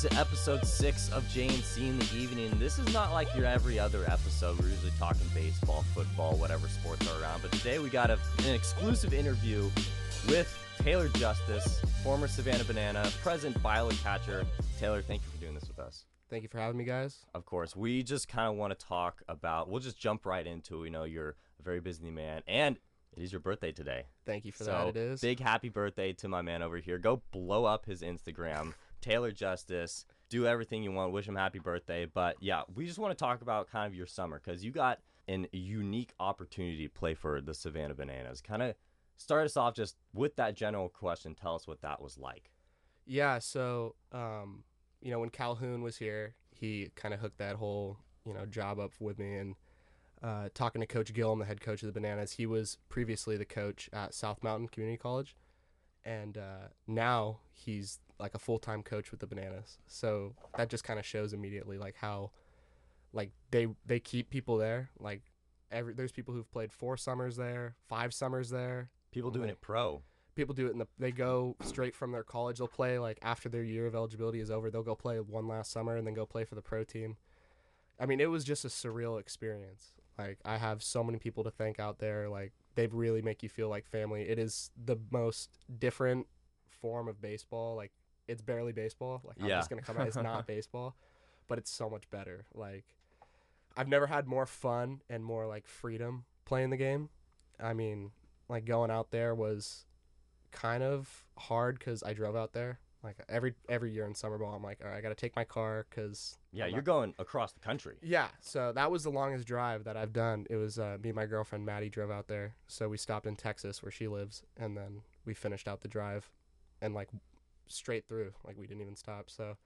to episode six of JNC in the evening. This is not like your every other episode. We're usually talking baseball, football, whatever sports are around. But today we got a, an exclusive interview with Taylor Justice, former Savannah Banana, present violet catcher. Taylor, thank you for doing this with us. Thank you for having me, guys. Of course, we just kind of want to talk about. We'll just jump right into. it. We know you're a very busy man, and it is your birthday today. Thank you for that. It is. Big happy birthday to my man over here. Go blow up his Instagram, Taylor Justice. Do everything you want. Wish him happy birthday. But yeah, we just want to talk about kind of your summer because you got an unique opportunity to play for the Savannah Bananas. Kind of start us off just with that general question. Tell us what that was like. Yeah. So, um, you know, when Calhoun was here, he kind of hooked that whole you know job up with me and uh, talking to Coach Gillum, the head coach of the Bananas. He was previously the coach at South Mountain Community College, and uh, now he's like a full time coach with the Bananas. So that just kind of shows immediately like how like they they keep people there. Like every there's people who've played four summers there, five summers there. People doing it pro. People do it in the they go straight from their college. They'll play like after their year of eligibility is over. They'll go play one last summer and then go play for the pro team. I mean, it was just a surreal experience. Like I have so many people to thank out there. Like they really make you feel like family. It is the most different form of baseball. Like it's barely baseball. Like I'm Yeah. just gonna come out. It's not baseball, but it's so much better. Like I've never had more fun and more like freedom playing the game. I mean, like going out there was kind of hard because I drove out there. Like every every year in summer ball, I'm like, all right, I gotta take my car because Yeah, you're going across the country. yeah, so that was the longest drive that I've done. It was uh, me and my girlfriend Maddie drove out there. So we stopped in Texas where she lives, and then we finished out the drive, and like straight through, like we didn't even stop. So,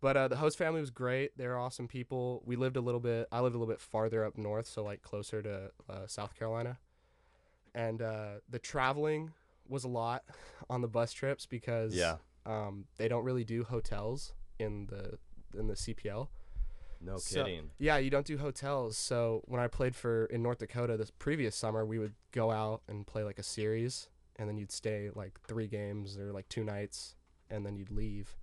but uh, the host family was great. They're awesome people. We lived a little bit. I lived a little bit farther up north, so like closer to uh, South Carolina, and uh, the traveling was a lot on the bus trips because Yeah. um, they don't really do hotels in the in the CPL. No So- kidding. yeah, you don't do hotels. So when I played for in North Dakota this previous summer, we would go out and play like a series, and then you'd stay like three games or like two nights, and then you'd leave.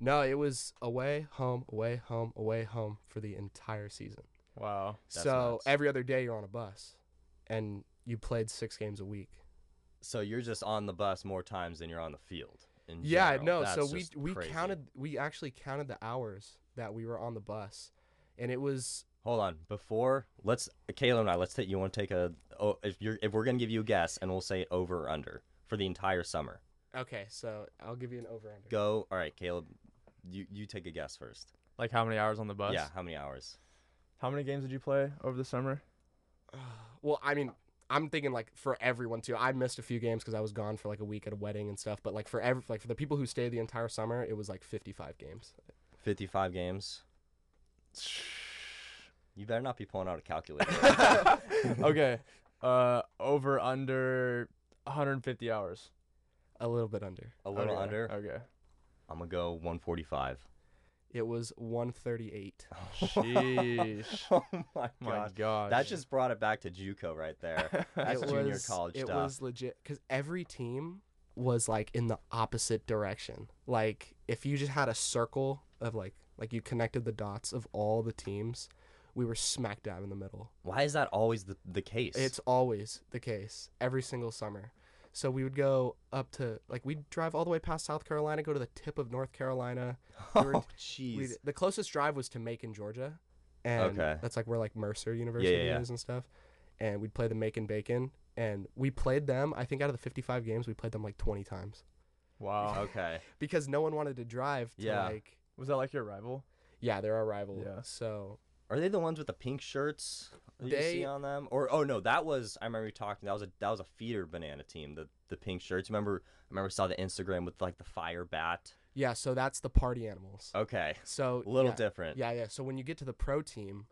No, it was away, home, away, home, away, home for the entire season. Wow. That's so nuts. every other day you're on a bus, and you played six games a week. So you're just on the bus more times than you're on the field. in Yeah, general. no. That's so we just we crazy. counted we actually counted the hours that we were on the bus, and it was Hold on. Before let's Caleb and I let's take you want to take a oh if you're if we're gonna give you a guess and we'll say over or under for the entire summer. okay. So I'll give you an over under. Go. All right, Caleb. You you take a guess first. Like how many hours on the bus? Yeah. How many hours? How many games did you play over the summer? Well, I mean, I'm thinking like for everyone too. I missed a few games because I was gone for like a week at a wedding and stuff. But like for every like for the people who stayed the entire summer, it was like 55 games. Fifty-five games. You better not be pulling out a calculator. okay. Uh, over under 150 hours. A little bit under. a little Okay, under. Okay. I'm gonna go 145. It was 138. Sheesh. Oh my My god. gosh. That just brought it back to JUCO right there. That's it junior was, college It stuff. was legit because every team was like in the opposite direction. Like if you just had a circle of like like you connected the dots of all the teams, we were smack dab in the middle. Why is that always the, the case? It's always the case every single summer. So we would go up to like we'd drive all the way past South Carolina, go to the tip of North Carolina. We were- oh jeez. we'd- the closest drive was to Macon, Georgia, and Okay. that's like where like Mercer University yeah. is and stuff. And we'd play the Macon Bacon, and we played them. I think out of the fifty-five games, we played them like twenty times wow. Okay. because no one wanted to drive to Yeah. like Was that like your rival? yeah they're our rival. Yeah. So Are they the ones with the pink shirts that you see They- on them? Or oh no, that was I remember you talking. That was a that was a feeder banana team. The the pink shirts. Remember I remember saw the Instagram with like the fire bat. yeah, so that's the party animals. Okay, So a Uh, little yeah. different. Yeah, yeah. So when you get to the pro team,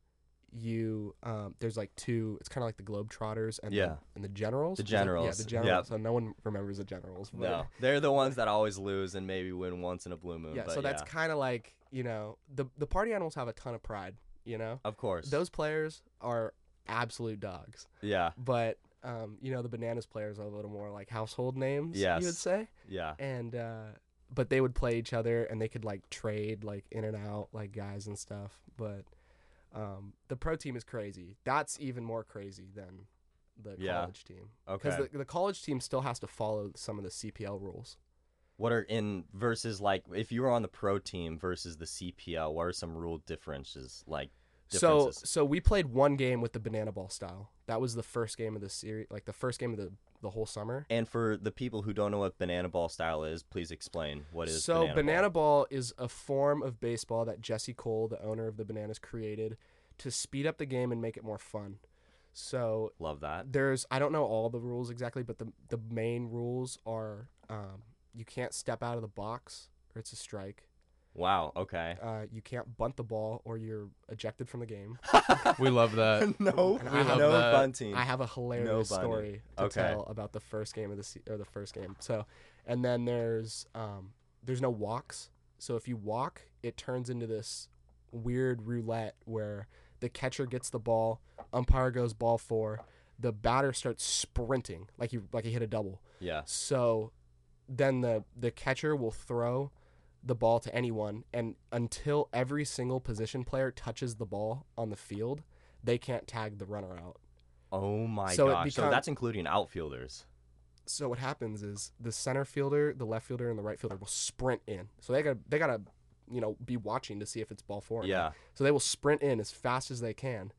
you um, there's like two. It's kind of like the Globetrotters and Yeah. the, and the Generals. The Is it- Yeah, Generals, the yep. Generals. So no one remembers the Generals. but- No, they're the ones that always lose and maybe win once in a blue moon. Yeah. but So that's yeah. kind of like you know the the party animals have a ton of pride. You know, of course. those players are absolute dogs. yeah, But um, you know the bananas players are a little more like household names. You Yes. would say. yeah. And uh, but they would play each other and they could like trade like in and out like guys and stuff. But um, the pro team is crazy. That's even more crazy than the Yeah. college team Okay. because the, the college team still has to follow some of the CPL rules. what are in versus like if you were on the pro team versus the CPL? What are some rule differences like? So Differences? so we played one game with the banana ball style. That was the first game of the series, like the first game of the the whole summer. and for the people who don't know what banana ball style is, please explain what is. so banana, banana, ball is a form of baseball that Jesse Cole, the owner of the Bananas, created to speed up the game and make it more fun. So ball? Love that. there's I don't know all the rules exactly, but the the main rules are um, you can't step out of the box or it's a strike. Wow. Okay. Uh, you can't bunt the ball or you're ejected from the game. We love that. no, Uh, And I have no that. bunting. I have a hilarious bunny. story to Okay. tell about the first game of the se- or the first game. So, and then there's um, there's no walks. So if you walk, it turns into this weird roulette where the catcher gets the ball, umpire goes ball four, the batter starts sprinting like he like he hit a double. yeah. So then the the catcher will throw the ball to anyone and until every single position player touches the ball on the field, they can't tag the runner out. Oh my So it gosh. so become- that's including outfielders. so what happens is the center fielder, the left fielder, and the right fielder will sprint in. So they got to they gotta, you know, be watching to see if it's ball four. or not. Yeah. So they will sprint in as fast as they can,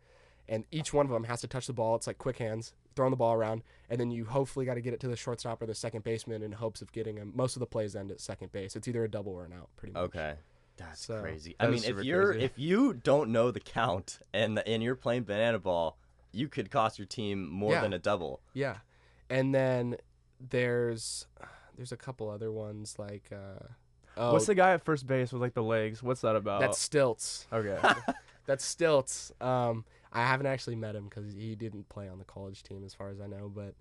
and each one of them has to touch the ball. It's like quick hands, throwing the ball around, and then you hopefully got to get it to the shortstop or the second baseman in hopes of getting him. Most of the plays end at second base. It's either a double or an out, pretty much. Okay. That's So- crazy. I That mean, is if super you're crazy. if you don't know the count and the, and you're playing banana ball, you could cost your team more Yeah. than a double. Yeah, and then there's there's a couple other ones like uh, oh What's the guy at first base with like the legs? What's that about? that's stilts. okay. That's Stilts. Um, I haven't actually met him because he didn't play on the college team, as far as I know. But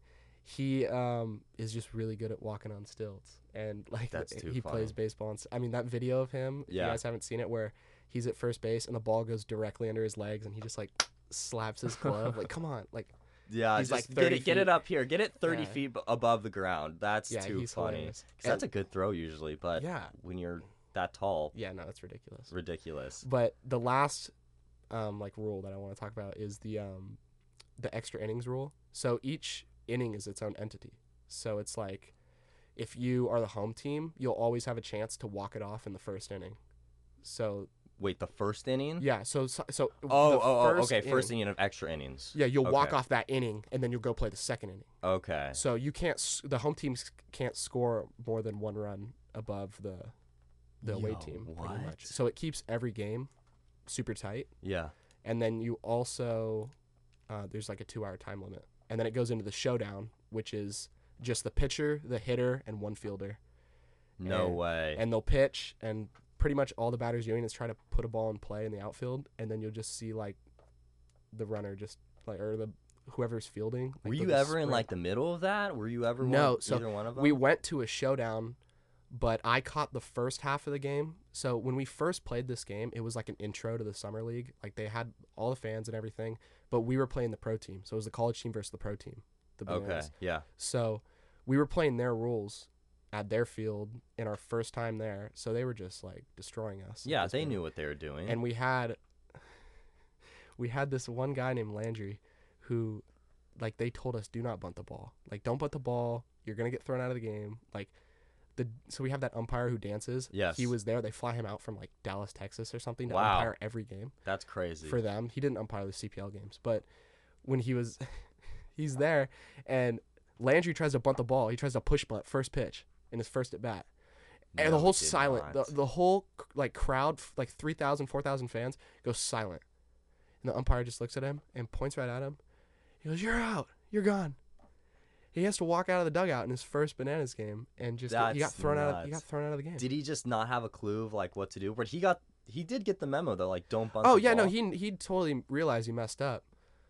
he um, is just really good at walking on stilts, and like That's too he funny. plays baseball. On, s- I mean, that video of him. If Yeah. you guys haven't seen it, where he's at first base and the ball goes directly under his legs, and he just like slaps his glove. like, come on, like Yeah, He's just like get 30 it, get it feet. up here. Get it 30 Yeah. feet b- above the ground. That's yeah, too he's funny. 'Cause that's hilarious. a good throw usually, but yeah, when you're that tall, yeah, no, that's ridiculous. it's ridiculous. But the last um, like rule that I want to talk about is the um, the extra innings rule. So each inning is its own entity. So it's like if you are the home team, you'll always have a chance to walk it off in the first inning. So Wait, the first inning? yeah, so so, so Hmm. Oh, the oh, oh, first okay. inning- First inning of extra innings. Yeah, you'll walk okay. off that inning and then you'll go play the second inning. Okay. So you can't s- the home team s- can't score more than one run above the the away Yo, team what? pretty much. So it keeps every game super tight. Yeah. and then you also uh, there's like a two hour time limit and then it goes into the showdown which is just the pitcher the hitter and one fielder No And- way. and they'll pitch and pretty much all the batter's doing is try to put a ball in play in the outfield and then you'll just see like the runner just like or the whoever's fielding like, Were they'll you just ever in sprint. like the middle of that? Were you ever No, one, so either one of them? we went to a showdown but i caught the first half of the game so when we first played this game it was like an intro to the summer league like they had all the fans and everything but we were playing the pro team so it was the college team versus the pro team the okay. Bananas. Yeah. so we were playing their rules at their field in our first time there so they were just like destroying us at Yeah, this they point. knew what they were doing. and we had we had this one guy named Landry who like they told us do not bunt the ball. Like don't bunt the ball. You're going to get thrown out of the game. Like the so we have that umpire who dances. Yes. He was there. They fly him out from like Dallas, Texas or something to Wow. umpire every game That's crazy. for them. He didn't umpire the CPL games, but when he was he's there and Landry tries to bunt the ball. He tries to push bunt first pitch in his first at bat and No, the whole did silent the, not. the whole c- like crowd f- like 3000 4000 fans goes silent and the umpire just looks at him and points right at him he goes you're out you're gone he has to walk out of the dugout in his first bananas game and just he got That's thrown out of, he got nuts. thrown out of the game Did he just not have a clue of like what to do? But he got he did get the memo though, like don't bunt. oh the yeah no ball. he he totally realized he messed up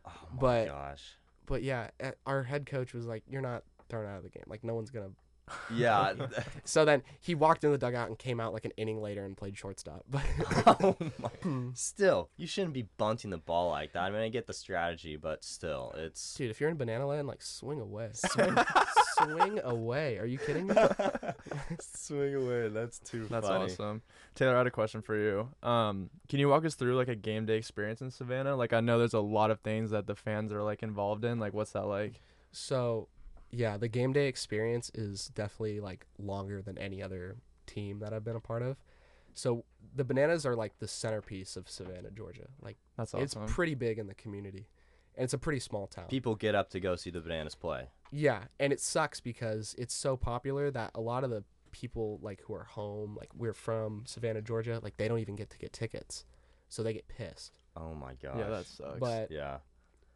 Oh my but- gosh. but yeah eh, our head coach was like you're not thrown out of the game like no one's gonna Yeah. So then he walked in the dugout and came out like an inning later and played shortstop. But oh Hmm. my. Still, you shouldn't be bunting the ball like that. I mean, I get the strategy, but still, it's. dude, if you're in Banana Land, like swing away, swing, swing away. Are you kidding me? Swing away. That's too That's awesome. Taylor, I had a question for you. Um, can you walk us through like a game day experience in Savannah? Like I know there's a lot of things that the fans are like involved in. Like what's that like? So, yeah, the game day experience is definitely like longer than any other team that I've been a part of. So the bananas are like the centerpiece of Savannah, Georgia. Like That's awesome. it's pretty big in the community, and it's a pretty small town. People get up to go see the Bananas play. yeah, and it sucks because it's so popular that a lot of the people like who are home, like we're from Savannah, Georgia, like they don't even get to get tickets, so they get pissed. Oh my gosh. yeah, that sucks. But Yeah.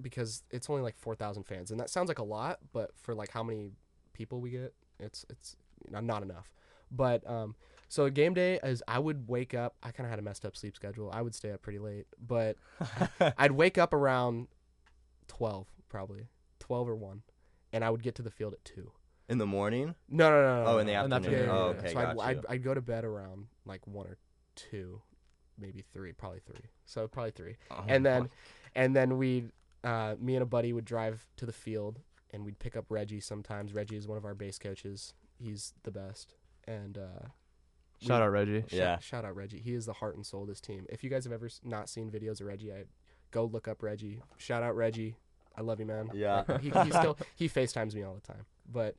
because it's only like 4,000 fans and that sounds like a lot but for like how many people we get it's it's you know, not enough but um so game day is I would wake up I kind of had a messed up sleep schedule I would stay up pretty late but I'd wake up around 12 probably 12 or 1 and I would get to the field at 2 In the morning? no no no, no Oh, no, in the no. And that's afternoon. afternoon. oh, yeah. okay, so got I'd, you. I'd, I'd go to bed around like 1 or 2 maybe 3 probably 3 so probably 3 Oh and then my- and then we uh, me and a buddy would drive to the field and we'd pick up reggie sometimes reggie is one of our base coaches he's the best and uh, Shout out Reggie. sh- Yeah. shout out reggie he is the heart and soul of this team if you guys have ever s- not seen videos of reggie i go look up reggie shout out reggie i love you man Yeah. Like, he, he still he facetimes me all the time but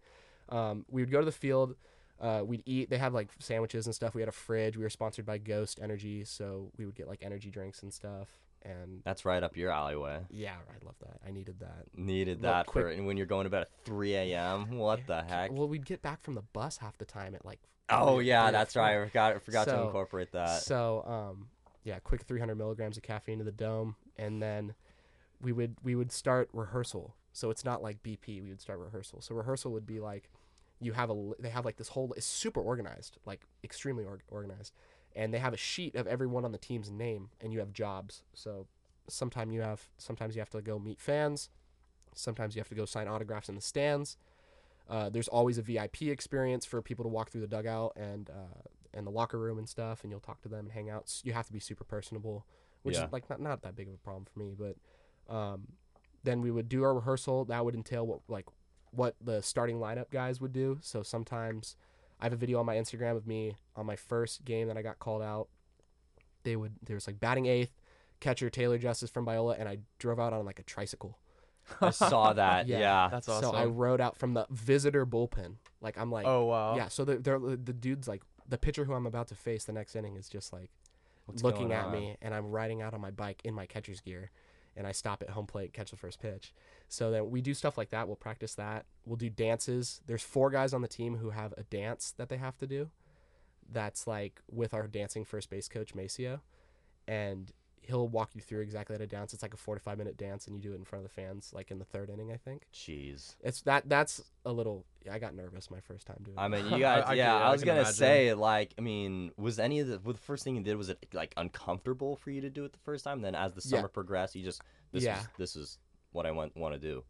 um, we would go to the field uh, we'd eat they have like sandwiches and stuff we had a fridge we were sponsored by ghost energy so we would get like energy drinks and stuff and That's right up your alleyway. yeah, I love that. I needed that. Needed Well, that for quick- and when you're going to bed at 3 a.m. What Yeah, the heck? Well, we'd get back from the bus half the time at like. Oh three- yeah, three or that's four. right. I forgot I forgot to So- incorporate that. So, um, yeah, quick 300 milligrams of caffeine to the dome, and then we would we would start rehearsal. So it's not like BP. We would start rehearsal. So rehearsal would be like, you have a li- they have like this whole it's super organized, like extremely org- organized, and they have a sheet of everyone on the team's name, and you have jobs. So sometime you have sometimes you have to go meet fans, sometimes you have to go sign autographs in the stands. Uh, there's always a VIP experience for people to walk through the dugout and uh, and the locker room and stuff, and you'll talk to them and hang out. S- You have to be super personable, which Yeah. is like not not that big of a problem for me. But um, then we would do our rehearsal. That would entail what like what the starting lineup guys would do. So sometimes I have a video on my Instagram of me on my first game that I got called out. They would there was like batting eighth, catcher Taylor Justice from Biola, and I drove out on like a tricycle. I saw that. Yeah, yeah. That's So awesome. I rode out from the visitor bullpen. Like I'm like, oh wow. yeah. So the they're, the dude's like the pitcher who I'm about to face the next inning is just like What's looking going at on? me, and I'm riding out on my bike in my catcher's gear, and I stop at home plate, catch the first pitch. So then we do stuff like that. We'll practice that. We'll do dances. There's four guys on the team who have a dance that they have to do. That's like with our dancing first base coach Maceo, and he'll walk you through exactly how to dance. It's like a four to five minute dance, and you do it in front of the fans, like in the third inning, I think. Jeez. It's that. That's a little. I got nervous my first time doing. I it. mean, you I- guys. I can- yeah, yeah, I I was can gonna imagine. say, like, I mean, was any of the, well, the first thing you did was it like uncomfortable for you to do it the first time? Then as the Yeah. summer progressed, you just this Yeah. is this is what I want want to do.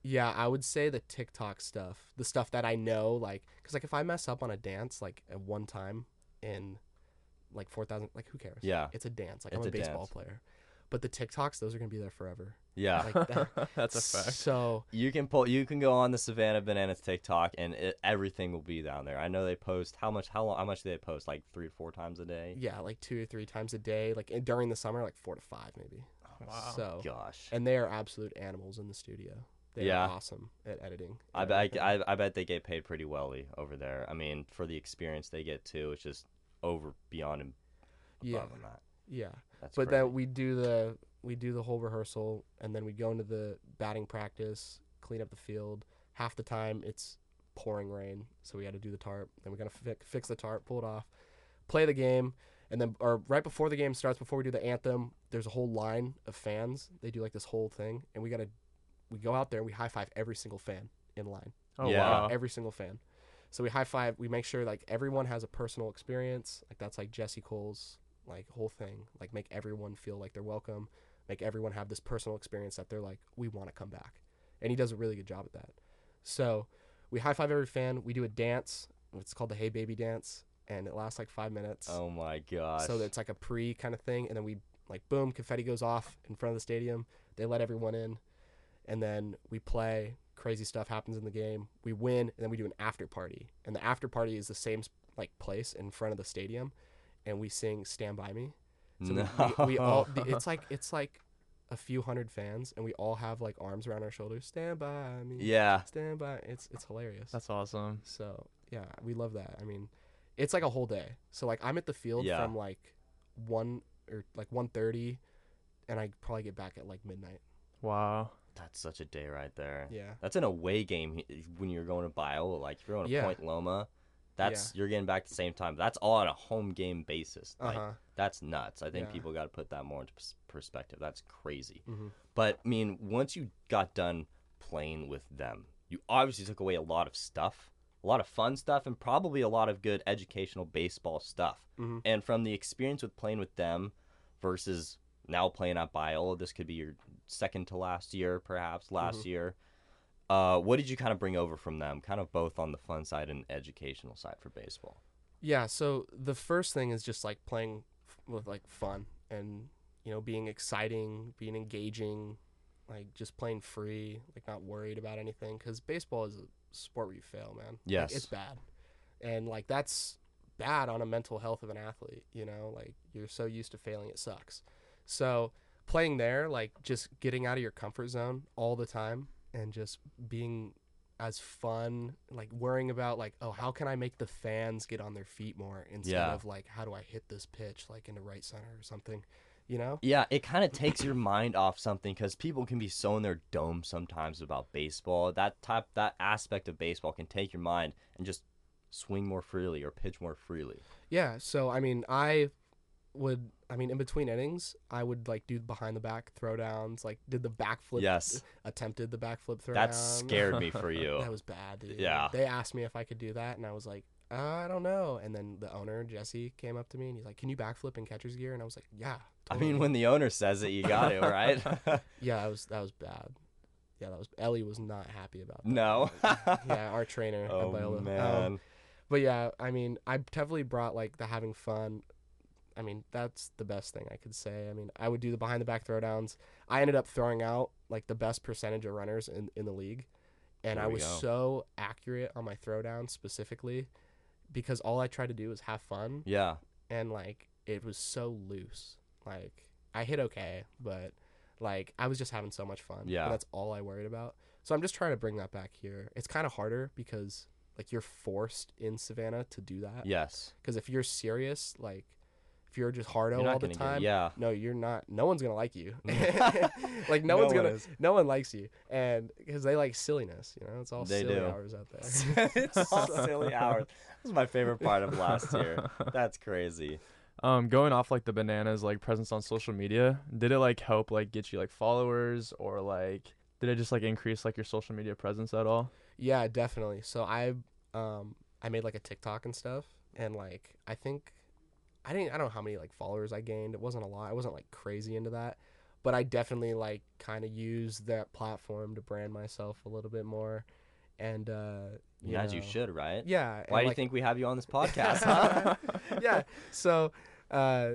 Yeah, I would say the TikTok stuff, the stuff that I know, like, because like if I mess up on a dance like at one time in like four thousand, like who cares? Yeah, it's a dance. Like It's I'm a, a baseball dance. player, but the TikToks, those are gonna be there forever. yeah. Like that. That's a fact. So You can pull. You can go on the Savannah Bananas TikTok, and it, everything will be down there. I know they post how much, how long, how much do they post? Like three or four times a day. yeah, like two or three times a day, like and during the summer, like four to five maybe. Wow. So Oh Gosh, Oh. and they are absolute animals in the studio. They Yeah. are awesome at editing. I, and bet everything. I, I bet they get paid pretty well over there. I mean, for the experience they get too, it's just over beyond and yeah, above on that. yeah. That's but crazy. then we do the we do the whole rehearsal and then we go into the batting practice clean up the field half the time it's pouring rain so we got to do the tarp then we got to fi- fix the tarp pull it off play the game and then or right before the game starts before we do the anthem there's a whole line of fans they do like this whole thing and we got to we go out there and we high five every single fan in line Oh Yeah. wow. every single fan. So we high five. We make sure like everyone has a personal experience. Like that's like Jesse Cole's like whole thing. Like make everyone feel like they're welcome. Make everyone have this personal experience that they're like we want to come back. And he does a really good job at that. So We high five every fan. We do a dance. It's called the Hey Baby Dance, and it lasts like five minutes. Oh my gosh. So it's like a pre kind of thing, and then we like boom, confetti goes off in front of the stadium. They let everyone in, and then we play. Crazy stuff happens in the game. We win, and then we do an after party. And the after party is the same like place in front of the stadium, and we sing "Stand by Me." So we- we, we all the- it's like it's like a few hundred fans, and we all have like arms around our shoulders. Stand by me. yeah. Stand by. It's it's hilarious. That's awesome. So yeah, we love that. I mean, it's like a whole day. So like I'm at the field Yeah. from like one or like one thirty, and I probably get back at like midnight. Wow. That's such a day right there. Yeah. That's an away game he- when you're going to Biola. Like, if you're going to Yeah. Point Loma, that's you're getting back at the same time. That's all on a home game basis. Uh Like, huh. That's nuts. I think Yeah. people got to put that more into pers- perspective. That's crazy. Mhm. But I mean, once you got done playing with them, you obviously took away a lot of stuff, a lot of fun stuff, and probably a lot of good educational baseball stuff. Mhm. And from the experience with playing with them versus now playing at Biola, this could be your second to last year, perhaps last year. Uh, what did you kind of bring over from them, kind of both on the fun side and educational side for baseball? Yeah. So the first thing is just like playing f- with like fun and you know being exciting, being engaging, like just playing free, like not worried about anything. Because baseball is a sport where you fail, man. Like, Yes. it's bad, and like that's bad on a mental health of an athlete. You know, like you're so used to failing, it sucks. So playing there, like just getting out of your comfort zone all the time and just being as fun, like worrying about like, oh, how can I make the fans get on their feet more instead Yeah. of like, how do I hit this pitch like into right center or something, you know? Yeah, it kind of takes your mind off something because people can be so in their dome sometimes about baseball. That type, that aspect of baseball can take your mind and just swing more freely or pitch more freely. Yeah. So I mean, I would, I mean, in between innings, I would like do behind the back throwdowns, like did the backflip, Yes, attempted the backflip throwdown. that scared me for you. Uh, That was bad, dude. Yeah. They asked me if I could do that, and I was like, "Uh, I don't know. And then the owner, Jesse, came up to me and he's like, Can you backflip in catcher's gear? And I was like, Yeah. I mean, totally." when the owner says it, you got it right. yeah, that was that was bad. Yeah, that was Ellie was not happy about that. no. yeah, our trainer. at Biola. oh Um, man. but yeah, I mean, I definitely brought like the having fun. I mean, that's the best thing I could say. I mean, I would do the behind the back throwdowns. I ended up throwing out like the best percentage of runners in, in the league. And There I we was go. so accurate on my throwdown specifically because all I tried to do was have fun yeah. and like it was so loose. Like I hit okay, but like I was just having so much fun. Yeah. And that's all I worried about. So I'm just trying to bring that back here. It's kind of harder because like you're forced in Savannah to do that. Yes. Because if you're serious, like if you're just hardo You're not all the gonna get- time, yeah. no, you're not. No one's gonna like you. like no, one's one gonna. is. No one likes you, and because they like silliness, you know, it's all They silly do. hours out there. it's all silly hours. This is my favorite part of last year. That's crazy. Um, going off like the bananas like presence on social media, did it like help like get you like followers or like did it just like increase like your social media presence at all? Yeah, definitely. So I um I made like a TikTok and stuff and like I think I didn't I don't know how many like followers I gained. It wasn't a lot. I wasn't like crazy into that. But I definitely like kind of used that platform to brand myself a little bit more and uh As you know. should, right? Yeah. and, Why do you like- think we have you on this podcast? huh? yeah. So, uh,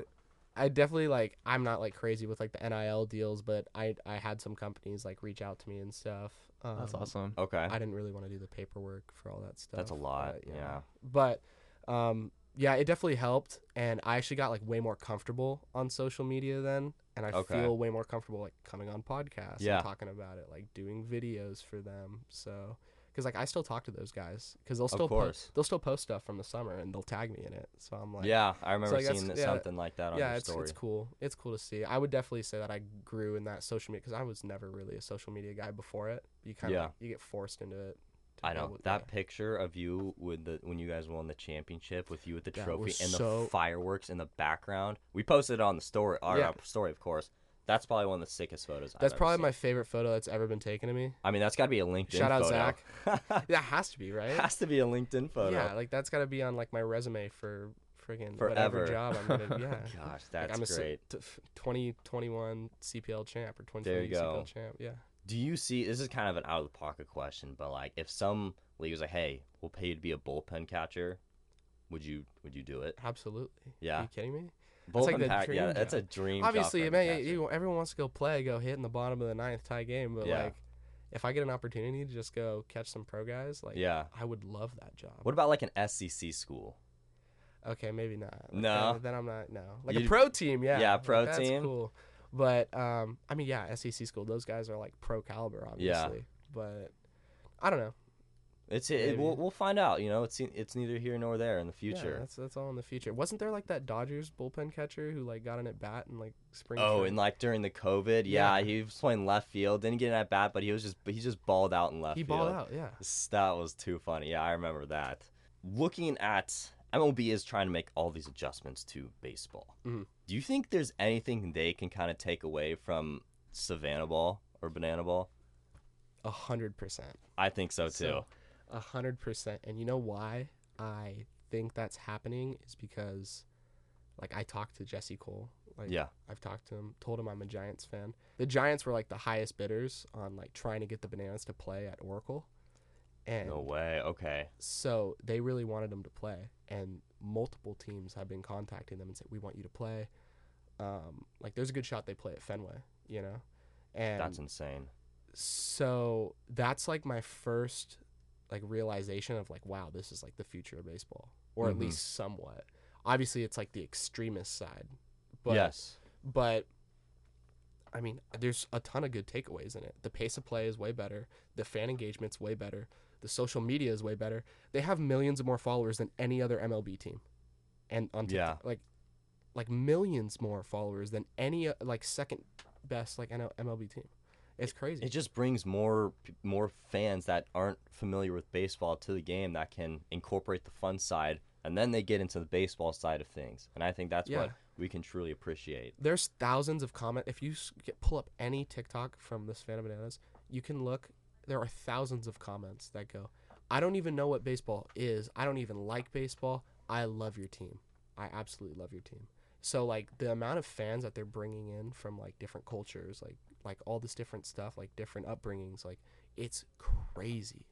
I definitely like. I'm not like crazy with like the NIL deals, but I I had some companies like reach out to me and stuff. Um, That's awesome. Okay. I didn't really want to do the paperwork for all that stuff. That's a lot, but, yeah. But um, yeah, it definitely helped, and I actually got like way more comfortable on social media then, and I Okay. feel way more comfortable like coming on podcasts Yeah. and talking about it, like doing videos for them. So because like I still talk to those guys because they'll still po- course. they'll still post stuff from the summer and they'll tag me in it. So I'm like, yeah, I remember I guess- seeing that, yeah, something like that on yeah, your it's, story. it's cool. It's cool to see. I would definitely say that I grew in that social media because I was never really a social media guy before it. You kind of Yeah. you get forced into it. to I know probably- that yeah. picture of you with the when you guys won the championship with you with the That trophy was and so- the fireworks in the background. We posted it on the story, our Yeah. uh, story, of course. That's probably one of the sickest photos. That's probably my favorite photo that's ever been taken of me. my. I mean, that's got to be a LinkedIn. Shout out photo. Zach. That has to be right. Has to be a LinkedIn photo. Yeah, like that's got to be on like my resume for friggin' whatever Forever. job I'm gonna. Yeah, Gosh, Like, that's I'm a s- great. t- f- 2021 CPL champ or 2020 There you go. CPL champ. Yeah, Do you see this is kind of an out of the pocket question, but like if some league was like, "Hey, we'll pay you to be a bullpen catcher," would you would you do it? Absolutely. Yeah. Are you kidding me? Bullpen That's like the pack- yeah, dream that's a job. dream. job Obviously, for it every may, catcher. you, everyone wants to go play, go hit in the bottom of the ninth tie game, but Yeah. like, if I get an opportunity to just go catch some pro guys, like, yeah. I would love that job. What about like an SEC school? Okay, maybe not. Like, No. then- then I'm not. No, like You- a pro team, yeah. Yeah, like, pro that's team. cool. But um, I mean, yeah, SEC school. Those guys are like pro caliber, obviously. Yeah. But I don't know. It's it, Maybe. we'll we'll find out. You know, it's it's neither here nor there in the Yeah, future. that's that's all in the future. Wasn't there like that Dodgers bullpen catcher who like got an at bat and like spring? oh, training? and like during the COVID, yeah, Yeah. he was playing left field, didn't get an at bat, but he was just he just balled out in left he field. balled out. Yeah. S- That was too funny. Yeah, I remember that. Looking at MLB is trying to make all these adjustments to baseball. Mhm. Do you think there's anything they can kind of take away from Savannah Ball or Banana Ball? A hundred percent. I think so too. So- A hundred percent. And you know why I think that's happening is because, like, I talked to Jesse Cole. Like, yeah, I've talked to him, told him I'm a Giants fan. The Giants were like the highest bidders on like trying to get the Bananas to play at Oracle. And no way. Okay. so they really wanted him to play. And multiple teams have been contacting them and said, we want you to play. Um, like there's a good shot they play at Fenway, you know? And That's insane. so that's like my first like realization of like wow this is like the future of baseball or Mhm. at least somewhat obviously it's like the extremist side but yes. but I mean, there's a ton of good takeaways in it. The pace of play is way better. The fan engagement's way better. The social media is way better. They have millions of more followers than any other MLB team, and on TikTok, like like millions more followers than any uh, like second best like NL MLB team. It's crazy. It just brings more p- more fans that aren't familiar with baseball to the game that can incorporate the fun side and then they get into the baseball side of things. And I think that's what Yeah. we can truly appreciate. there's thousands of comment. If you s- get, pull up any TikTok from this fan of bananas, you can look. There are thousands of comments that go, "I don't even know what baseball is. I don't even like baseball. I love your team. I absolutely love your team." So like the amount of fans that they're bringing in from like different cultures, like like all this different stuff, like different upbringings, like it's crazy.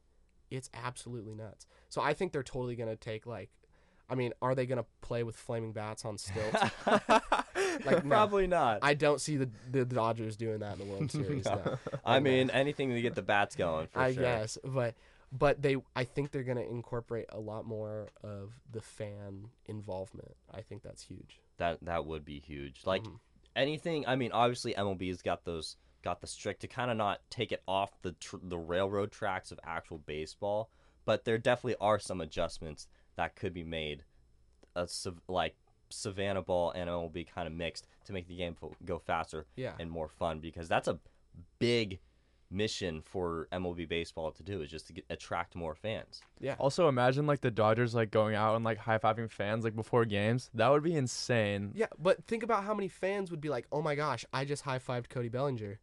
It's absolutely nuts. So I think they're totally gonna take like, I mean, are they gonna play with flaming bats on stilts? no. Probably not. I don't see the, the Dodgers doing that in the World Series. No. no. I And, uh, mean, anything to get the bats going, for I sure. guess, but but they, I think they're gonna incorporate a lot more of the fan involvement. I think that's huge. That that would be huge. Like Mhm. anything. I mean, obviously MLB's got those got the strict to kind of not take it off the tr- the railroad tracks of actual baseball, but there definitely are some adjustments that could be made, uh, sav- like Savannah ball and MLB kind of mixed to make the game fo- go faster Yeah, and more fun because that's a big mission for MLB baseball to do is just to get, attract more fans. Also, imagine like the Dodgers like going out and like high fiving fans like before games. That would be insane. yeah, but think about how many fans would be like, "Oh my gosh, I just high fived Cody Bellinger."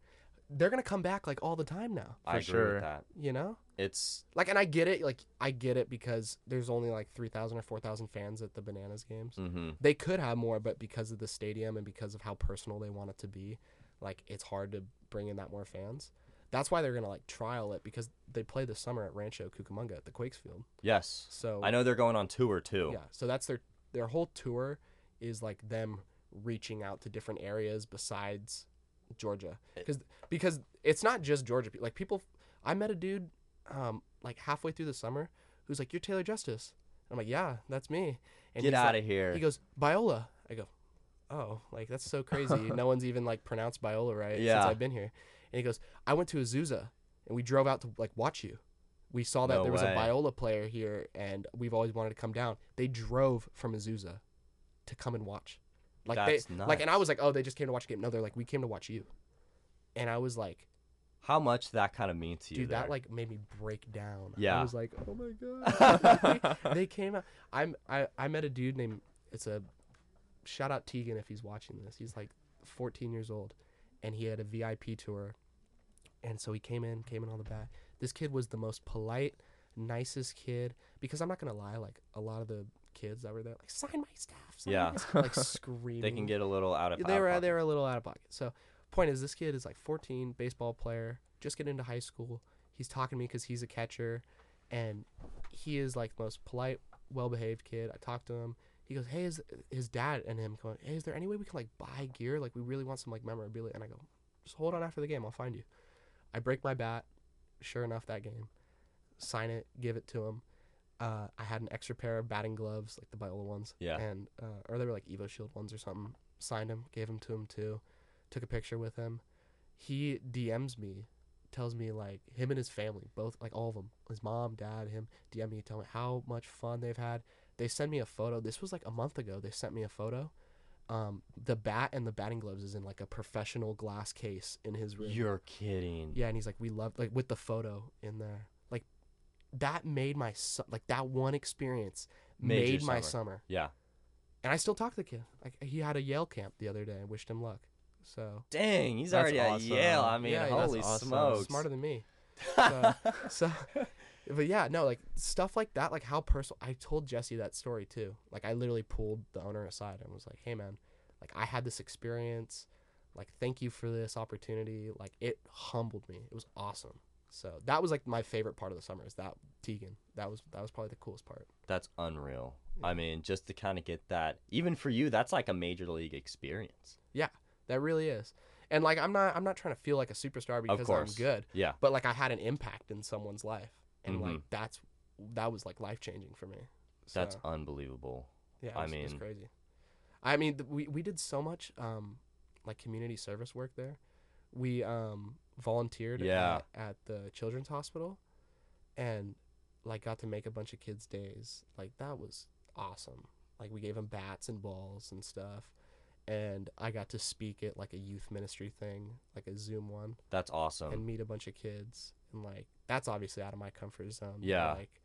They're gonna come back like all the time now. I agree For with sure. that. You know, It's like, and I get it. Like, I get it because there's only like three thousand or four thousand fans at the Bananas games. hmm they could have more, but because of the stadium and because of how personal they want it to be, like it's hard to bring in that more fans. That's why they're gonna like trial it because they play this summer at Rancho Cucamonga at the Quakes Field. yes. So I know they're going on tour too. yeah, so that's their their whole tour is like them reaching out to different areas besides Georgia Eh. because because it's not just Georgia. Like people, I met a dude um like halfway through the summer who's like, "You're Taylor Justice." I'm like, "Yeah, that's me." And Get he's out like- of here. he goes, Biola. I go, oh, like that's so crazy. no one's even like pronounced Biola right Yeah. since I've been here. And he goes, I went to Azusa and we drove out to like watch you. We saw that No there was way. a Biola player here and we've always wanted to come down. They drove from Azusa to come and watch. Like That's they like and I nuts. was like, "Oh, they just came to watch a game." No, they're like, "We came to watch you." And I was like, How much that kind of mean to you? dude, there? that like made me break down. Yeah. I was like, oh my god. they came out. I'm I I met a dude named it's a shout out Tegan if he's watching this. He's like 14 years old, and he had a VIP tour, and so he came in, came in on the bat. This kid was the most polite, nicest kid. Because I'm not gonna lie, like a lot of the kids that were there, like sign my stuff. sign my Yeah. stuff," like screaming. they can get a little out of. Yeah, they out were of they were a little out of pocket. So point is this kid is like 14, baseball player, just getting into high school. He's talking to me because he's a catcher, and he is like the most polite, well-behaved kid. I talked to him. He goes, "Hey, is his dad and him going? Hey, is there any way we can like buy gear? Like we really want some like memorabilia." And I go, "Just hold on after the game. I'll find you." I break my bat. Sure enough, that game, sign it, give it to him. Uh, I had an extra pair of batting gloves, like the Biola ones. Yeah. And uh, or they were like Evo Shield ones or something. Signed him, gave him to him too. Took a picture with him. He DMs me, tells me like him and his family, both like all of them, his mom, dad, him, DM me, tell me how much fun they've had. They send me a photo. This was like a month ago. They sent me a photo. Um, the bat and the batting gloves is in like a professional glass case in his room. You're kidding. Yeah, and he's like, we love like with the photo in there. Like that made my su- like that one experience Made your made summer. my summer. Yeah. And I still talk to the kid. Like he had a Yale camp the other day. I wished him luck. So Dang, he's That's already awesome. at Yale. I mean, Yeah, yeah. holy That's awesome. smokes. smarter than me. So, so but yeah, no, like stuff like that, like how personal I told Jesse that story too. Like I literally pulled the owner aside and was like, Hey man, like I had this experience, like thank you for this opportunity. Like it humbled me. It was awesome. So that was like my favorite part of the summer is that Tegan. That was that was probably the coolest part. That's unreal. I mean, just to kind of get that, even for you, that's like a major league experience. That really is. And like I'm not I'm not trying to feel like a superstar because I'm course. good. Yeah. But like I had an impact in someone's life. And like Mhm. that's that was like life changing for me. So. That's unbelievable. Yeah, it I was, it was mean- crazy. I mean, th- we we did so much um, like community service work there. We um, volunteered Yeah. at, at the children's hospital, and like got to make a bunch of kids' days. Like that was awesome. Like we gave them bats and balls and stuff, and I got to speak at like a youth ministry thing, like a Zoom one That's awesome. and meet a bunch of kids and like that's obviously out of my comfort zone but, Yeah. like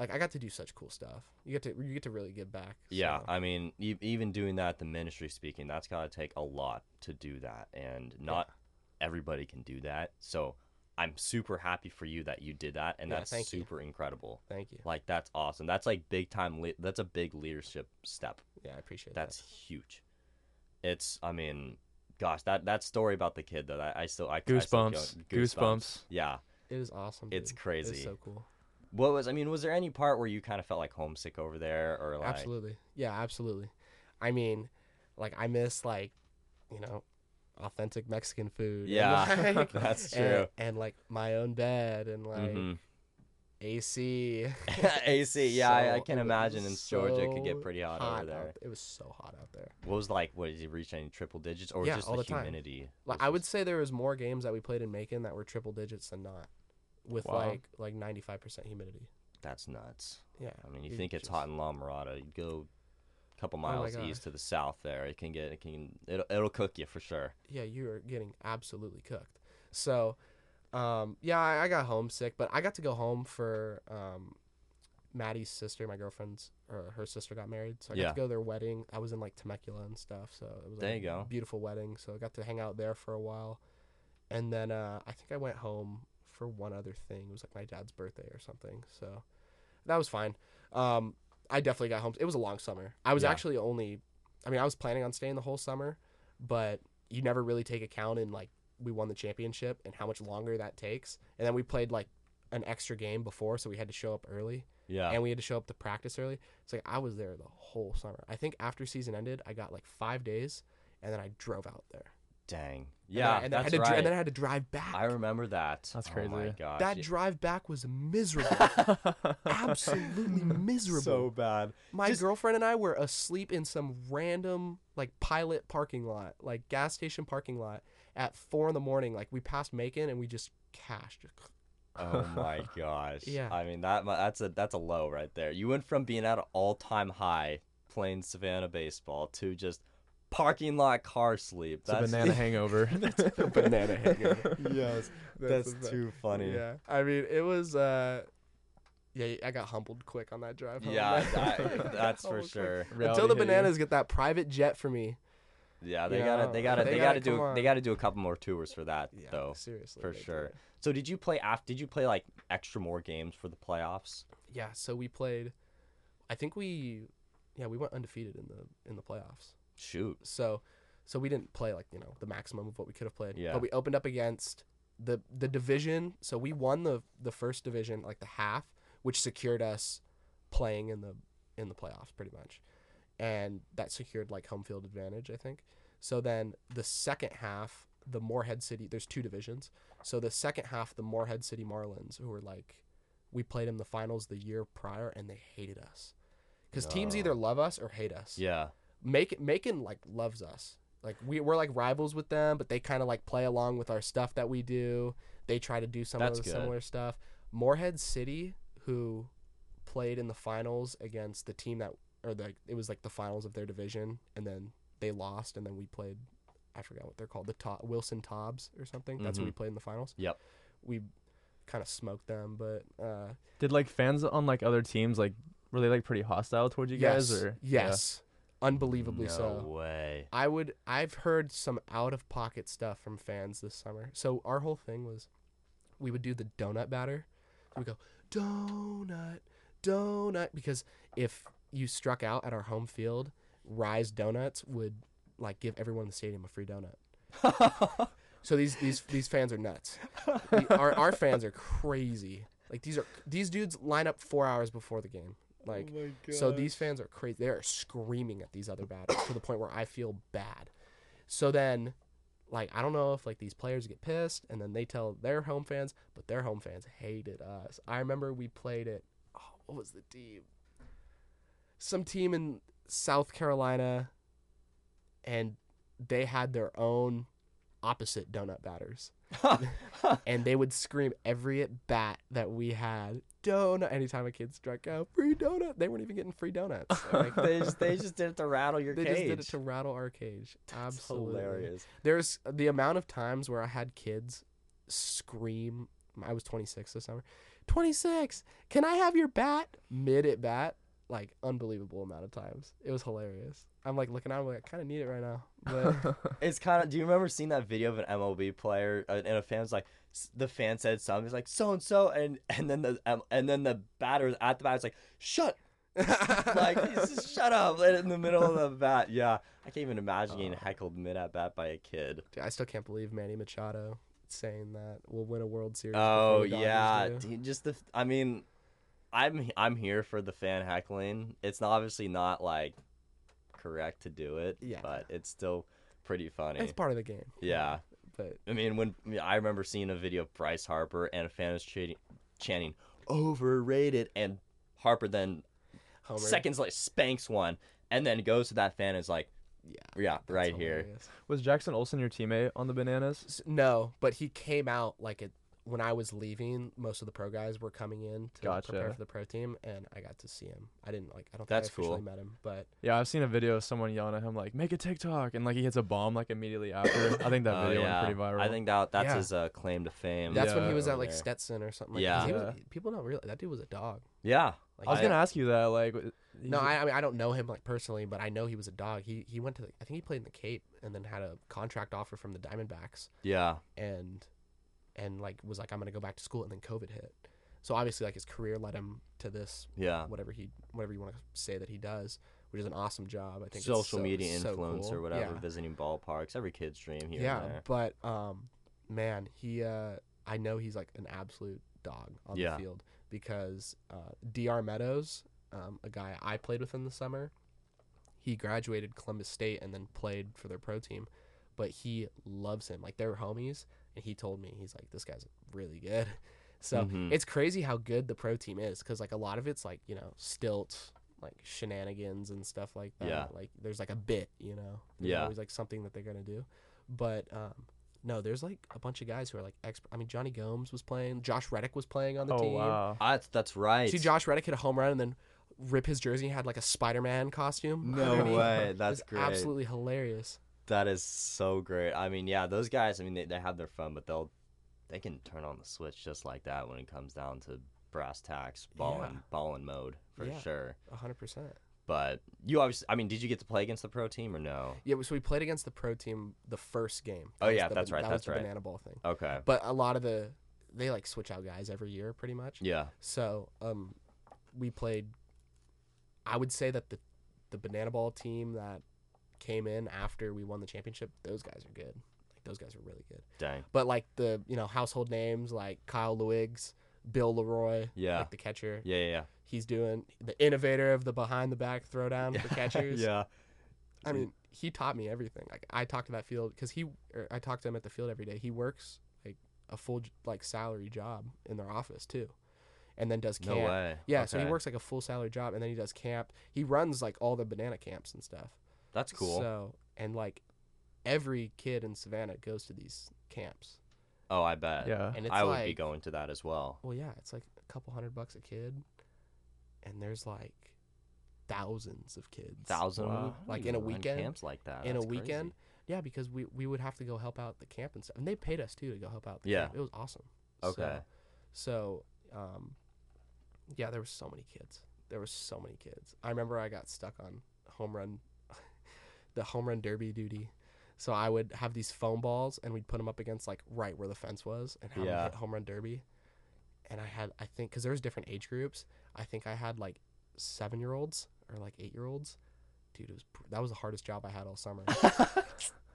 like i got to do such cool stuff you get to you get to really give back yeah, so, I mean, e- even doing that, the ministry speaking, that's got to take a lot to do that, and not everybody can do that. So, I'm super happy for you that you did that, and Yeah, that's thank you. super incredible. thank you Like, that's awesome. That's like big time. Le- that's a big leadership step. yeah i appreciate That's huge. It's, I mean, gosh, that that story about the kid that I, I still I I still Goosebumps. go- Goosebumps. Yeah, that it is awesome it's dude. crazy. it's so cool What was I mean? Was there any part where you kind of felt like homesick over there, or like absolutely yeah absolutely i mean like i miss like you know authentic mexican food and, Yeah, like- that's and- true. and, like my own bed and like Mm-hmm. ac AC? Yeah, I, I So- can it imagine in was Georgia it could get so pretty hot, hot over out- there. it was so hot out there What was like? What did you reach any triple digits, or was Yeah, just all the, the time. humidity? Like was I would just- say there was more games that we played in Macon that were triple digits than not, with Wow. like like ninety five percent humidity. That's nuts. Yeah. I mean, you it think it's just- Oh hot in La Mirada? You go a couple my miles gosh. east to the south. There, it can get it can it'll, it'll cook you for sure. Yeah, you are getting absolutely cooked. So, um, yeah, I, I got homesick, but I got to go home for um, Maddie's sister, my girlfriend's, or her sister got married, so I Yeah. got to go to their wedding. I was in like Temecula and stuff, so it was like, There a you go. beautiful wedding. So I got to hang out there for a while, and then uh, I think I went home for one other thing. It was like my dad's birthday or something. So that was fine. Um, I definitely got home. It was a long summer. I was Yeah. actually only, I mean, I was planning on staying the whole summer, but you never really take account in like we won the championship and how much longer that takes. And then we played like an extra game before, so we had to show up early Yeah. and we had to show up to practice early. It's like I was there the whole summer. I think after season ended, I got like five days, and then I drove out there. Dang. And then I- Yeah, and then that's I, had to, dri- right. And then I had to drive back. I remember that. That's Oh my crazy. gosh. that yeah. drive back was miserable, absolutely miserable. so bad. My Just- girlfriend and I were asleep in some random like pilot parking lot, like gas station parking lot at four in the morning. Like we passed Macon and we just cashed. Oh my gosh. Yeah. I mean that mu- that's a that's a low right there. You went from being at an all time high playing Savannah baseball to just parking lot car sleep. It's a banana hangover. banana hangover. yes. That's, too funny. Yeah. Yeah, I mean it was. uh Yeah, I got humbled quick on that drive. Home. that- that's for Humbled quick. sure. Reality Until the hit you. bananas get that private jet for me. Yeah, they You gotta know, they gotta they they, gotta, gotta come do on. they gotta do a couple more tours for that Yeah, though. seriously, For they do sure. it. So did you play after did you play like extra more games for the playoffs? Yeah, so we played. I think we, yeah, we went undefeated in the in the playoffs. Shoot. So, so we didn't play like you know the maximum of what we could have played. Yeah. But we opened up against the the division. So we won the the first division, like the half, which secured us playing in the in the playoffs pretty much, and that secured like home field advantage, I think. So then the second half, the Moorhead City. There's two divisions. So the second half, the Moorhead City Marlins, who were like, we played in the finals the year prior, and they hated us, because teams No. either love us or hate us. Yeah. Make Macon like loves us. Like we we're like rivals with them, but they kind of like play along with our stuff that we do. They try to do some That's of the good. similar stuff. Moorhead City, who played in the finals against the team that or the it was like the finals of their division, and then they lost, and then we played. I forgot what they're called, the to- Wilson Tobbs or something. That's who we played in the finals. Mm-hmm. Yep. we kind of smoked them, but uh, Did like fans on like other teams like were they like pretty hostile towards you guys yes, or yeah. yes, unbelievably no so. way. I would I've heard some out of pocket stuff from fans this summer. So our whole thing was we would do the donut batter. So we go donut, donut because if you struck out at our home field, Rise Donuts would like give everyone in the stadium a free donut. So these these these fans are nuts. The- our our fans are crazy. Like these are these dudes line up 4 hours before the game. Like so these fans are crazy. They are screaming at these other batters to the point where I feel bad. So then, like I don't know if like these players get pissed and then they tell their home fans, but their home fans hated us. I remember we played it. Oh, what was the team? Some team in South Carolina, and they had their own opposite donut batters and they would scream every at bat that we had donut anytime a kid struck out free donut they weren't even getting free donuts Like, they, they just they just did it to rattle your they just cage. did it to rattle our cage That's absolutely hilarious. there's the amount of times where i had kids scream i was 26 this summer 26 can i have your bat mid at bat like unbelievable amount of times it was hilarious i'm like looking at them like i kind of need it right now but It's kind of. Do you remember seeing that video of an MLB player uh, and a fan's like, s- the fan said something. He's like, so and so, and and then the um, and then the batter was at the bat. It's like, shut, like just shut up like, in the middle of the bat. Yeah, I can't even imagine getting Oh. heckled mid at bat by a kid. Dude, I still can't believe Manny Machado saying that we'll win a World Series. before Oh the Dodgers yeah, do. dude, just the. f- I mean, I'm I'm here for the fan heckling. It's not- obviously not like correct to do it, Yeah. but it's still pretty funny. it's part of the game. yeah, but I mean, when I, mean, I remember seeing a video of Bryce Harper and a fan was chanting, chanting "overrated," and Harper then Homer, seconds later spanks one, and then goes to that fan and is like, Yeah, yeah, that's right here." hilarious. Was Jackson Olson your teammate on the Bananas? S- No, but he came out like it when I was leaving. Most of the pro guys were coming in to prepare Gotcha. for the pro team, and I got to see him. I didn't like. I don't. That's think I cool. officially Met him, but Yeah, I've seen a video of someone yelling at him like "Make a TikTok" and like he hits a bomb like immediately after. I think that Oh, video yeah. went pretty viral. I think that that's Yeah. his uh, claim to fame. that's when he Yeah. was at like Over there. Stetson or something. Like, 'cause he Yeah. was- people don't realize that dude was a dog. yeah. Like, I was he- gonna ask you that. Like, w- No, he's- I, I mean I don't know him like personally, but I know he was a dog. He he went to the, I think he played in the Cape and then had a contract offer from the Diamondbacks Yeah. and and like was like I'm gonna go back to school and then COVID hit. So obviously like his career led him to this Yeah. whatever he whatever you want to say that he does, which is an awesome job. I think it's social so- media so influencer, cool. whatever, Yeah. visiting ballparks, every kid's dream here yeah and there. but um man he uh i know he's like an absolute dog on Yeah. the field because uh dr meadows um, a guy i played with in the summer he graduated columbus state and then played for their pro team but he loves him like they're homies and he told me he's like this guy's really good so Mhm. it's crazy how good the pro team is because like a lot of it's like you know stilts like shenanigans and stuff like that Yeah. like there's like a bit you know there's Yeah. always like something that they're gonna do but um no there's like a bunch of guys who are like expert i mean johnny gomes was playing josh reddick was playing on the Oh team wow. Ah, that's, that's right. see josh reddick hit a home run and then rip his jersey and had like a spider-man costume No underneath. way. It That's was great. absolutely hilarious That is so great. I mean, yeah, those guys, I mean, they, they have their fun, but they'll they can turn on the switch just like that when it comes down to brass tacks, ball Yeah. and ball and mode for Yeah. sure. 100% But you obviously, I mean, did you get to play against the pro team or no? yeah so we played against the pro team the first game Oh, That was yeah, the that's ban- right, that that's was the right. banana ball thing Okay. but a lot of the they like switch out guys every year pretty much Yeah. So, um, we played. I would say that the the banana ball team that came in after we won the championship, those guys are good. Like those guys are really good. Dang. But like the you know household names like Kyle Lewiggs, Bill Leroy, Yeah. like the catcher, Yeah, yeah, he's doing the innovator of the behind the back throwdown yeah. for catchers. yeah. I mean, he taught me everything. Like I talked to that field because he, or I talked to him at the field every day. He works like a full j- like salary job in their office too, and then does No camp. way. Yeah, so he Okay. works like a full salary job, and then he does camp. He runs like all the banana camps and stuff. That's cool. So and like every kid in Savannah goes to these camps, oh, I bet. Yeah. Uh, and it's I would like, be going to that as well. Well, yeah, it's like a couple hundred bucks a kid, and there's like thousands of kids. Thousand Wow. Like, in a weekend? camps like that in a That's weekend. crazy. Yeah, because we we would have to go help out the camp and stuff, and they paid us too to go help out. The Yeah. camp. it was awesome. Okay. So, so um, yeah, there were so many kids. There were so many kids. I remember I got stuck on home run, the home run derby duty. So I would have these foam balls, and we'd put them up against like right where the fence was, and have 'em Yeah. hit home run derby. And I had, I think, because there was different age groups. I think I had like seven year olds or like eight year olds. Dude, it was pr- that was the hardest job I had all summer.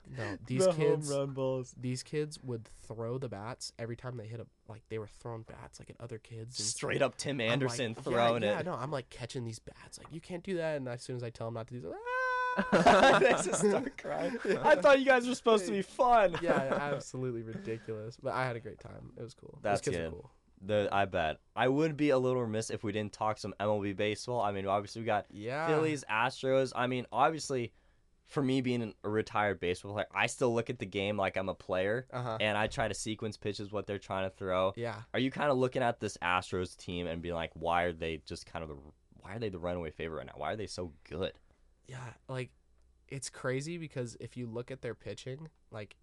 no, these kids run balls. these kids would throw the bats every time they hit a like they were throwing bats like at other kids and Straight up Tim I'm like, Anderson yeah, throwing yeah, it. no i'm like catching these bats like you can't do that and as soon as i tell them not to do "Ah!" that they just start crying. I thought you guys were supposed to be fun. yeah absolutely ridiculous but i had a great time it was cool That's those kids good. Are cool The, I bet. I would be a little remiss if we didn't talk some MLB baseball. I mean, obviously, we got yeah Phillies, Astros. I mean, obviously, for me being an- a retired baseball player, I still look at the game like I'm a player uh-huh and I try to sequence pitches, what they're trying to throw. yeah Are you kind of looking at this Astros team and being like, why are they just kind of the. Why are they the runaway favorite right now? Why are they so good? yeah like it's crazy because if you look at their pitching like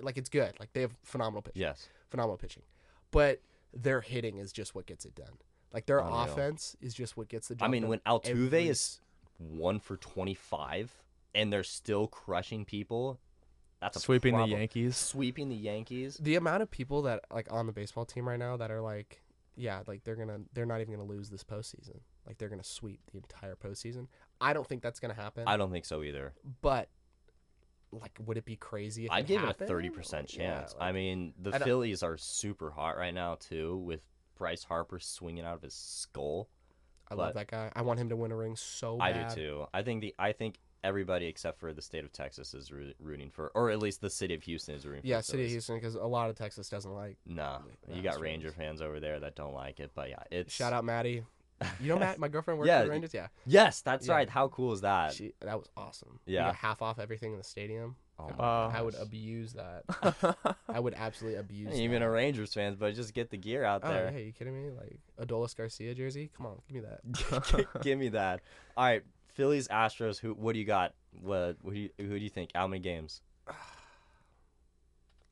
like it's good like they have phenomenal pitching Yes. phenomenal pitching but their hitting is just what gets it done like their Unreal. offense is just what gets the job Oh, I mean, done when Altuve every is one for 25 and they're still crushing people, that's a Sweeping problem. the Yankees. Sweeping the Yankees. the amount of people that like on the baseball team right now that are like, yeah, like they're gonna they're not even gonna lose this postseason. Like they're gonna sweep the entire postseason. I don't think that's gonna happen. I don't think so either. but like, would it be crazy? if I it give it a happened? thirty percent Like, yeah, chance. I like, mean, the I don't- Phillies are super hot right now too, with Bryce Harper swinging out of his skull. I love but- that guy. I want him to win a ring so I bad. do too. I think the I think everybody except for the state of Texas is roo- rooting for, or at least the city of Houston is rooting. Yeah, for the City of Phillies. Houston because a lot of Texas doesn't like. No, the you got Astros. Ranger fans over there that don't like it, but yeah, it's Shout out Maddie. You know Matt, my girlfriend works Yeah, for the Rangers. Yeah, Yes, that's Yeah. right. How cool is that? she, that was awesome. You Yeah. got half off everything in the stadium. oh my Wow. I would gosh. abuse that. yeah, I would absolutely abuse. Ain't even that. a Rangers fans, but just get the gear out Oh, there. yeah, you kidding me? Like Adolis Garcia jersey? Come on, give me that. Give me that. All right, Phillies, Astros. Who? What do you got? What? Who do you, who do you think? How many games?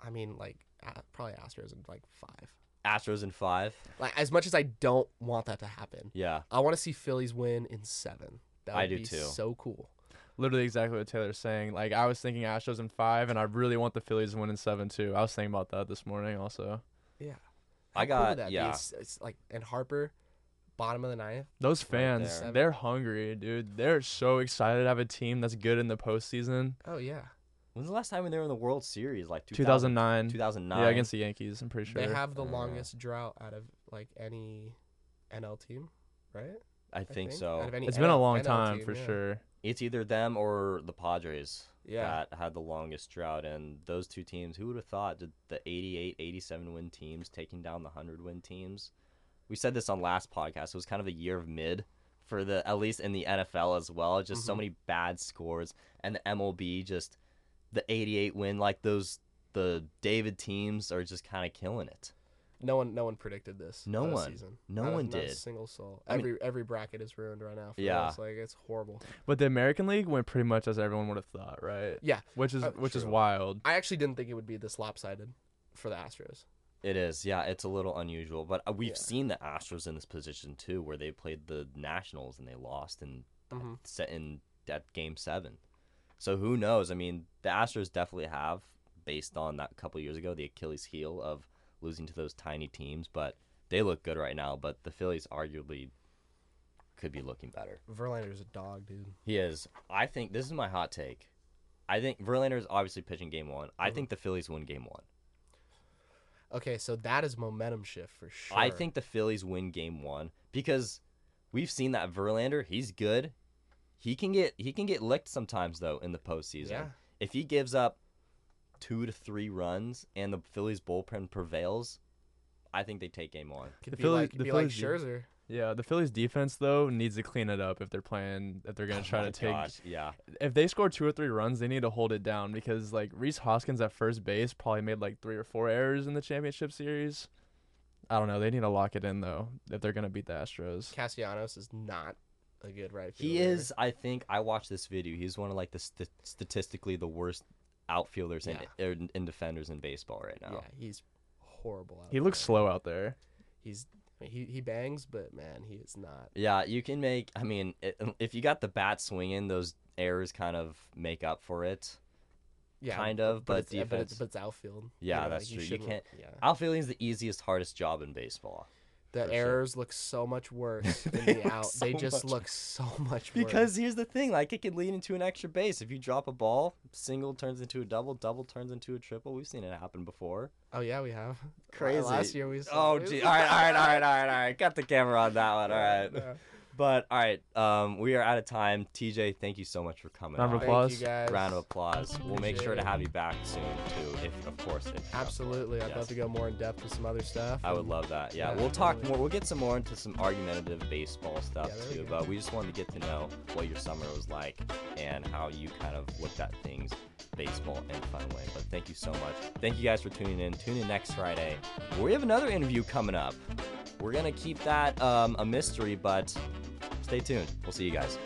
I mean, like a- probably Astros in like five. Astros in five. Like as much as I don't want that to happen, Yeah, I want to see Phillies win in seven. That would I do be too. So cool. literally exactly what Taylor's saying. Like I was thinking Astros in five, and I really want the Phillies to win in seven too. I was thinking about that this morning also. I How got- cool would that be? yeah. It's, it's like and Harper, bottom of the ninth. Those fans, there. they're hungry, dude. They're so excited to have a team that's good in the postseason. Oh yeah, When's the last time when they were in the World Series? Like 2000, 2009. 2009. Yeah, against the Yankees, I'm pretty sure. they have the Uh, longest drought out of like any NL team, right? I I think Out so. of any it's been a NL long NL time team, for yeah. sure. It's either them or the Padres Yeah, that had the longest drought. And those two teams, who would have thought that the 88, 87 win teams taking down the 100 win teams? We said this on last podcast. It was kind of a year of mid for the, at least in the NFL as well. Just so Mhm. many bad scores. And the MLB, just the 88 win, like those, the David teams are just kind of killing it. no one, no one predicted this. No for the one. season. No Not a- one not a did. single soul. I mean- Every every bracket is ruined right now. For Yeah. us. like it's horrible. But the American League went pretty much as everyone would have thought, right? Yeah. Which is Uh, which is true. wild. I actually didn't think it would be this lopsided for the Astros. It is, yeah. It's a little unusual, but uh, we've Yeah. seen the Astros in this position too, where they played the Nationals and they lost in Mhm. set in at Game Seven. So who knows? I mean, the Astros definitely have, based on that couple years ago, the Achilles heel of losing to those tiny teams, but they look good right now. But the Phillies arguably could be looking better. Verlander's a dog, dude. He is. I think this is my hot take. I think Verlander is obviously pitching game one. I Mhm. think the Phillies win game one. Okay, so that is momentum shift for sure. I think the Phillies win game one because we've seen that Verlander, he's good. He can get he can get licked sometimes though in the postseason. yeah. If he gives up two to three runs and the Phillies bullpen prevails, I think they take game one. Could The be Philly- like, the could be like Phillies do. Scherzer. Yeah, the Phillies defense though needs to clean it up if they're playing if they're gonna Oh try my to take gosh, yeah. if they score two or three runs, they need to hold it down because like Reese Hoskins at first base probably made like three or four errors in the championship series. I don't know. They need to lock it in though if they're gonna beat the Astros. Castellanos is not a good right fielder. He is, I think. I watched this video. He's one of like the st- statistically the worst outfielders and and, and defenders in baseball right now. Yeah, he's horrible. out He there. looks slow out there. He's I mean, he he bangs, but man, he is not. Yeah, you can make. I mean, i if you got the bat swinging, those errors kind of make up for it. Yeah, Kind of, but it's, but, it's, defense- but it's outfield. Yeah, that's he true. You shouldn't- can't- Yeah, Outfielding is the easiest, hardest job in baseball the sure. errors look so much worse in They the look out. so they just much- look so much worse. because here's the thing: like it can lead into an extra base if you drop a ball. Single turns into a double. Double turns into a triple. We've seen it happen before. oh yeah, we have Well, Crazy. Last year we saw. Oh, gee. All right, all right, all right, all right, all right. Got the camera on that one. All right. Yeah. But all right, um, we are out of time. TJ, thank you so much for coming. Round of on. applause. Thank you guys. Round of applause. We'll make sure to Appreciate it. have you back soon too, if of course. If Absolutely, I'd Yes. love to go more in depth with some other stuff. I would love that. Yeah, Yeah, we'll talk totally. more. We'll get some more into some argumentative baseball stuff Yeah, there we too. go. But we just wanted to get to know what your summer was like and how you kind of looked at things, baseball in a fun way. But thank you so much. Thank you guys for tuning in. Tune in next Friday. We have another interview coming up. We're gonna keep that um, a mystery, but stay tuned. We'll see you guys.